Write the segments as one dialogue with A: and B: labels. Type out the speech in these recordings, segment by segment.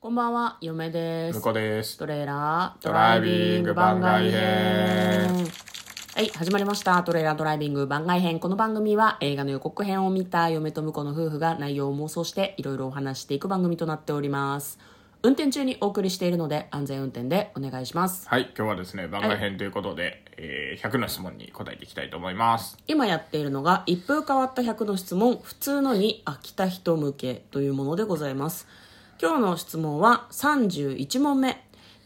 A: こんばんは、嫁です
B: 向。こうです。
A: トレーラード
B: ドライビング番外編。
A: はい、始まりました。トレーラードライビング番外編。この番組は映画の予告編を見た嫁と婿の夫婦が内容を妄想していろいろお話していく番組となっております。運転中にお送りしているので安全運転でお願いします。
B: はい、今日はですね、番外編ということで、えー100の質問に答えていきたいと思います。
A: 今やっているのが一風変わった100の質問普通のに飽きた人向けというものでございます今日の質問は31問目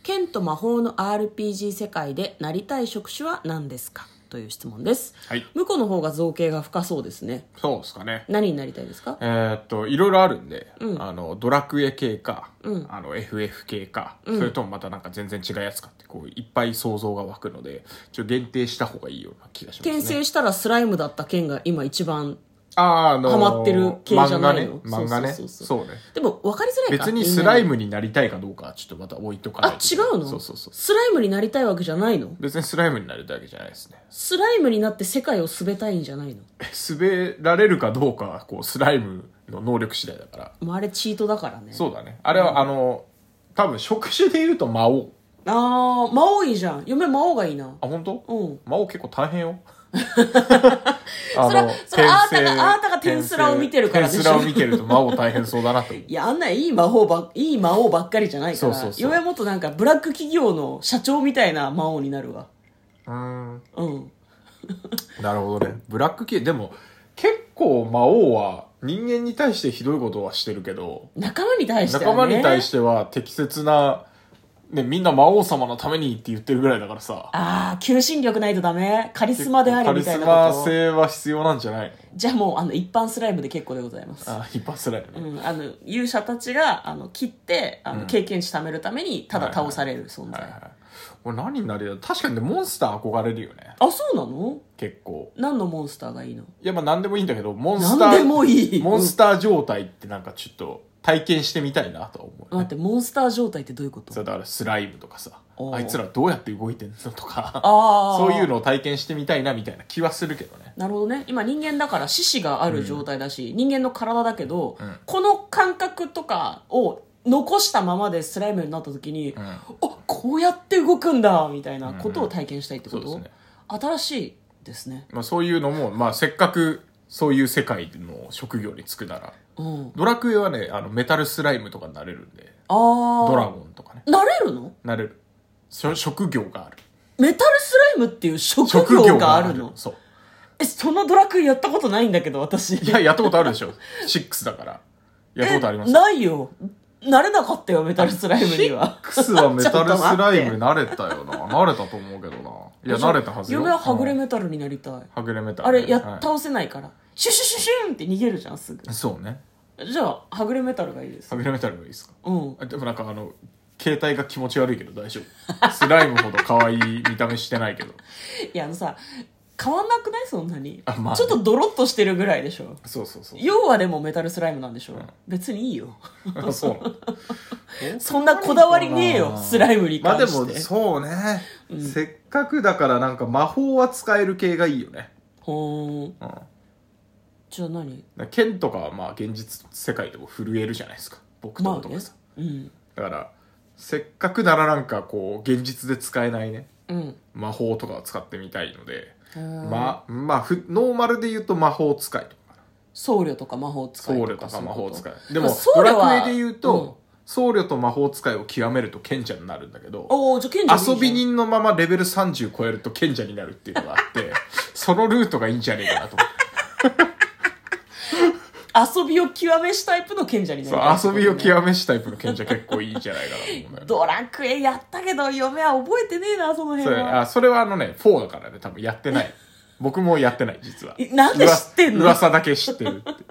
A: 剣と魔法の RPG 世界でなりたい職種は何ですかという質問です、
B: はい
A: 向こうの方が造形が深そうですね
B: そうですかね。
A: 何になりたいですか
B: えーっと、いろいろあるんで、あの、ドラクエ系か、あの、FF 系か、それともまたなんか全然違うやつかって、こう、いっぱい想像が湧くので、ちょっと限定した方がいいような気がしますね。
A: 転生したらスライムだった剣が今一番
B: あー、あのー、
A: ハマってる系じゃないの
B: 漫画ね。漫画ね。
A: そ
B: そうう
A: そうそう
B: ね。
A: でも分かりづらいか
B: 別にスライ
A: みんなに
B: ムになりたいかどうかはちょっとまた置いとかな
A: あ
B: いと
A: 違うの
B: そうそうそう。
A: スライムになりたいわけじゃないの
B: 別にスライムになりたいわけじゃないですね。
A: スライムになって世界を滑たいんじゃないの
B: 滑られるかどうかはこうスライムの能力次第だから
A: もうあれチートだからね
B: そうだねあれはあの多分職種で言うと魔王
A: ああ、魔王いいじゃん。嫁魔王がいいな。
B: あ本当、
A: うん
B: 魔王結構大 変よ
A: それは
B: の
A: それは
B: 転
A: あな
B: 生
A: たがあなたが天スラを見てるからでしょ
B: 転生天スラを見てると魔王大変そうだ なって思う
A: いや、あんないい魔法ば、いい魔王ばっかりじゃないから。
B: そうそうそう
A: 嫁もっとなんか、ブラック企業の社長みたいな魔王になるわ。
B: うーん
A: うん。
B: なるほどねブラック系でも結構魔王は人間に対してひどいことはしてるけど
A: 仲間に対して。
B: 仲間に対してては適切な、ね、みんな魔王様のためにって言ってるぐらいだからさ
A: ああ、求心力ないとダメ。カリスマであ
B: カ
A: れみ
B: リ
A: た
B: ス
A: いな
B: マ
A: こと。
B: 性は必要なんじゃないの
A: じゃあもう、あの、一般スライムで結構でございます。
B: あ一発ライブ
A: う
B: ね、
A: ん、あの勇者たちがあの切ってあの、経験値貯めるためにただ倒される存在、
B: はいはい俺何になりたい確かにねモンスター憧れるよね
A: あそうなの
B: 結構
A: 何のモンスターがいいの
B: いやまあ何でもいいんだけどモンスター
A: 何でもいい
B: モンスター状態ってなんかちょっと体験してみたいなとは思う、
A: 待ってモンスター状態ってどういうこと
B: それだからスライムとかさ
A: おう
B: あいつらどうやって動いてんのとか
A: ああ
B: そういうのを体験してみたいなみたいな気はするけどね
A: なるほどね今人間だから四肢がある状態だし、人間の体だけど、
B: ん
A: この感覚とかを残したままでスライムになった時に、
B: うん
A: あこうやって動くんだみたいなことを体験したいってこと、
B: うんうんそうで
A: 新しいですね
B: まあ、そういうのも、まあ、せっかくそういう世界の職業に就くなら
A: うん
B: ドラクエはねあのメタルスライムとかになれるんで
A: ああ
B: ドラゴンとかね
A: なれるの
B: なれるしょ職業がある
A: メタルスライムっていう職業があるの
B: そう
A: えそのドラクエやったことないんだけど私
B: いややったことあるでしょ6だからやったことあります
A: えないよなれなかったよメタルスライムには
B: 6はメタルスライ
A: ちょ
B: ム
A: っ
B: 慣れたよな 慣れたと思うけどないや慣れたはずよ
A: 嫁ははぐれ
B: うん
A: メタルになりたい、
B: はぐれメタ
A: あ
B: ルね
A: れや、
B: はい
A: 倒せないからシュシュシュシュンって逃げるじゃんすぐ
B: そうね
A: じゃあはぐれメタルがいいです
B: はぐれメタルがいいですか
A: うん
B: あでもなんかあの携帯が気持ち悪いけど大丈夫スライムほど可愛い見た目してないけど
A: いやあのさ変わんなくないそんなに、
B: あまあね
A: ちょっとドロッとしてるぐらいでしょ
B: そうそうそう
A: 要はでもメタルスライムなんでしょ、別にいいよ
B: あそうなの
A: そんなこだわりねえよスライムに
B: まあ
A: 関
B: で
A: して、
B: もそうね、せっかくだからなんか魔法は使える系がいいよね、
A: ほーん
B: うん、
A: じゃあ何
B: 剣とかはまあ現実世界でも震えるじゃないですか僕
A: ま
B: と
A: あ
B: と
A: ね
B: かさ、
A: うん
B: だからせっかくならなんかこう現実で使えないね
A: うん
B: 魔法とかを使ってみたいので、
A: あー
B: まあまあふノーマルで言うと魔法使いとか
A: 僧侶とか魔法使い
B: 僧
A: と
B: 侶
A: か
B: とか魔法使
A: い
B: いでも
A: まあ僧
B: ド
A: 侶は
B: ラクエで言うと、僧侶と魔法使いを極めると賢者になるんだけど
A: おおじゃあ賢者でいいじゃ
B: 遊
A: ん
B: び人のままレベル30超えると賢者になるっていうのがあってそのルートがいいんじゃねえかなと思って
A: 遊びを極めしタイプの賢者になりたいって
B: そ
A: こ
B: う
A: と
B: 遊
A: ね
B: びを極めしタイプの賢者結構いいんじゃないかなと思うんだよね
A: ドラクエやったけど嫁は覚えてねえなその
B: そ
A: 辺
B: れ
A: は
B: あそれはあのね4だからね多分やってない僕もやってない実は
A: えなんで知ってんの
B: うわ噂だけ知ってるって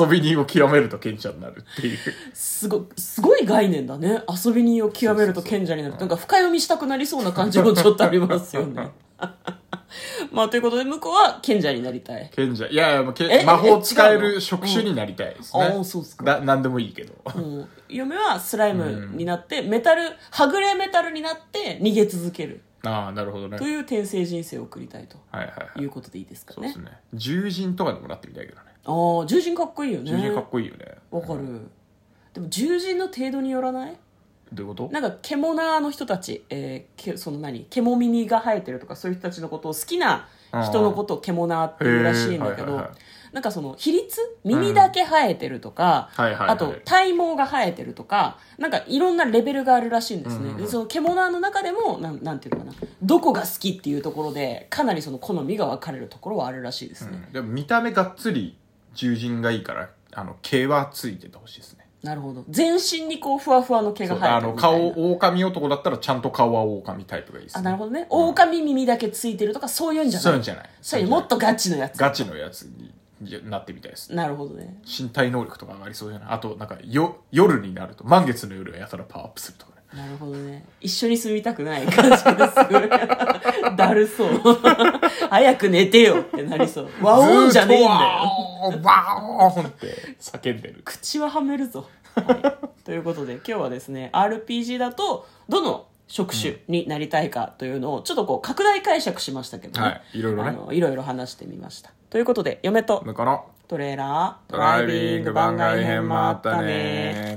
B: 遊び人を極めると賢者になるっていう
A: すごすごい概念だね遊び人を極めると賢者になるなんか深読みしたくなりそうな感じもちょっとありますよ ねまあということで向こうは賢者になりたい
B: 賢者いやいやもうけ
A: え
B: 魔法使
A: え
B: え
A: 違うの
B: る職種になりたいです
A: うん
B: ね、
A: あーそうっすか
B: な何でもいいけど
A: うん嫁はスライムになってメタルはぐれメタルになって逃げ続ける
B: ああなるほどね
A: という転生人生を送りたいと
B: はいはい
A: い
B: はいう
A: ことでいいですか
B: そうで
A: ね
B: すね獣人とかでもなってみたいけどね
A: ああ獣人かっこいいよね
B: 獣人かっこいいよね
A: わかる、でも獣人の程度によらない
B: どういうこと
A: なんか獣の人たち、えーけその何獣耳が生えてるとかそういう人たちのことを好きな人のことを獣っていうらしいんだけ
B: へーはいはい
A: ど
B: はい
A: なんかその比率耳だけ生えてるとか、
B: うんはいはいはい
A: あと体毛が生えてるとかなんかいろんなレベルがあるらしいんですね、
B: うん
A: でその獣の中でもなんなんていうのかなどこが好きっていうところでかなりその好みが分かれるところはあるらしいですね、
B: うんでも見た目がっつり獣人がいいからあの毛はついててほしいですね
A: なるほど全身にこうふわふわの毛が
B: そう
A: 生え
B: あ
A: てる
B: の
A: みたいな
B: 顔狼男だったらちゃんと顔は狼タイプがいいです、
A: あ
B: ね、
A: なるほどね狼耳だけついてるとかそういうんじゃ
B: そ
A: ない
B: う
A: い
B: うんじゃない
A: そういうもっとガチのやつ
B: ガチのやつになってみたいですね
A: なるほどね
B: 身体能力とか上がりそうじゃないあとなんかよ夜になると満月の夜はやたらパワーアップするとかね
A: なるほどね一緒に住みたくない感じがす るだるそう早く寝てよってなりそう和音じゃねえんだよ
B: よバーンって叫んでる
A: 口ははめるぞ、 はい、ということで今日はですね RPG だとどの職種になりたいかというのをちょっとこう拡大解釈しましたけどね、
B: はいいろいろね
A: あのいろいろ話してみましたということで嫁と
B: 向こうの
A: トレーラード
B: ドライビング番外編もあったね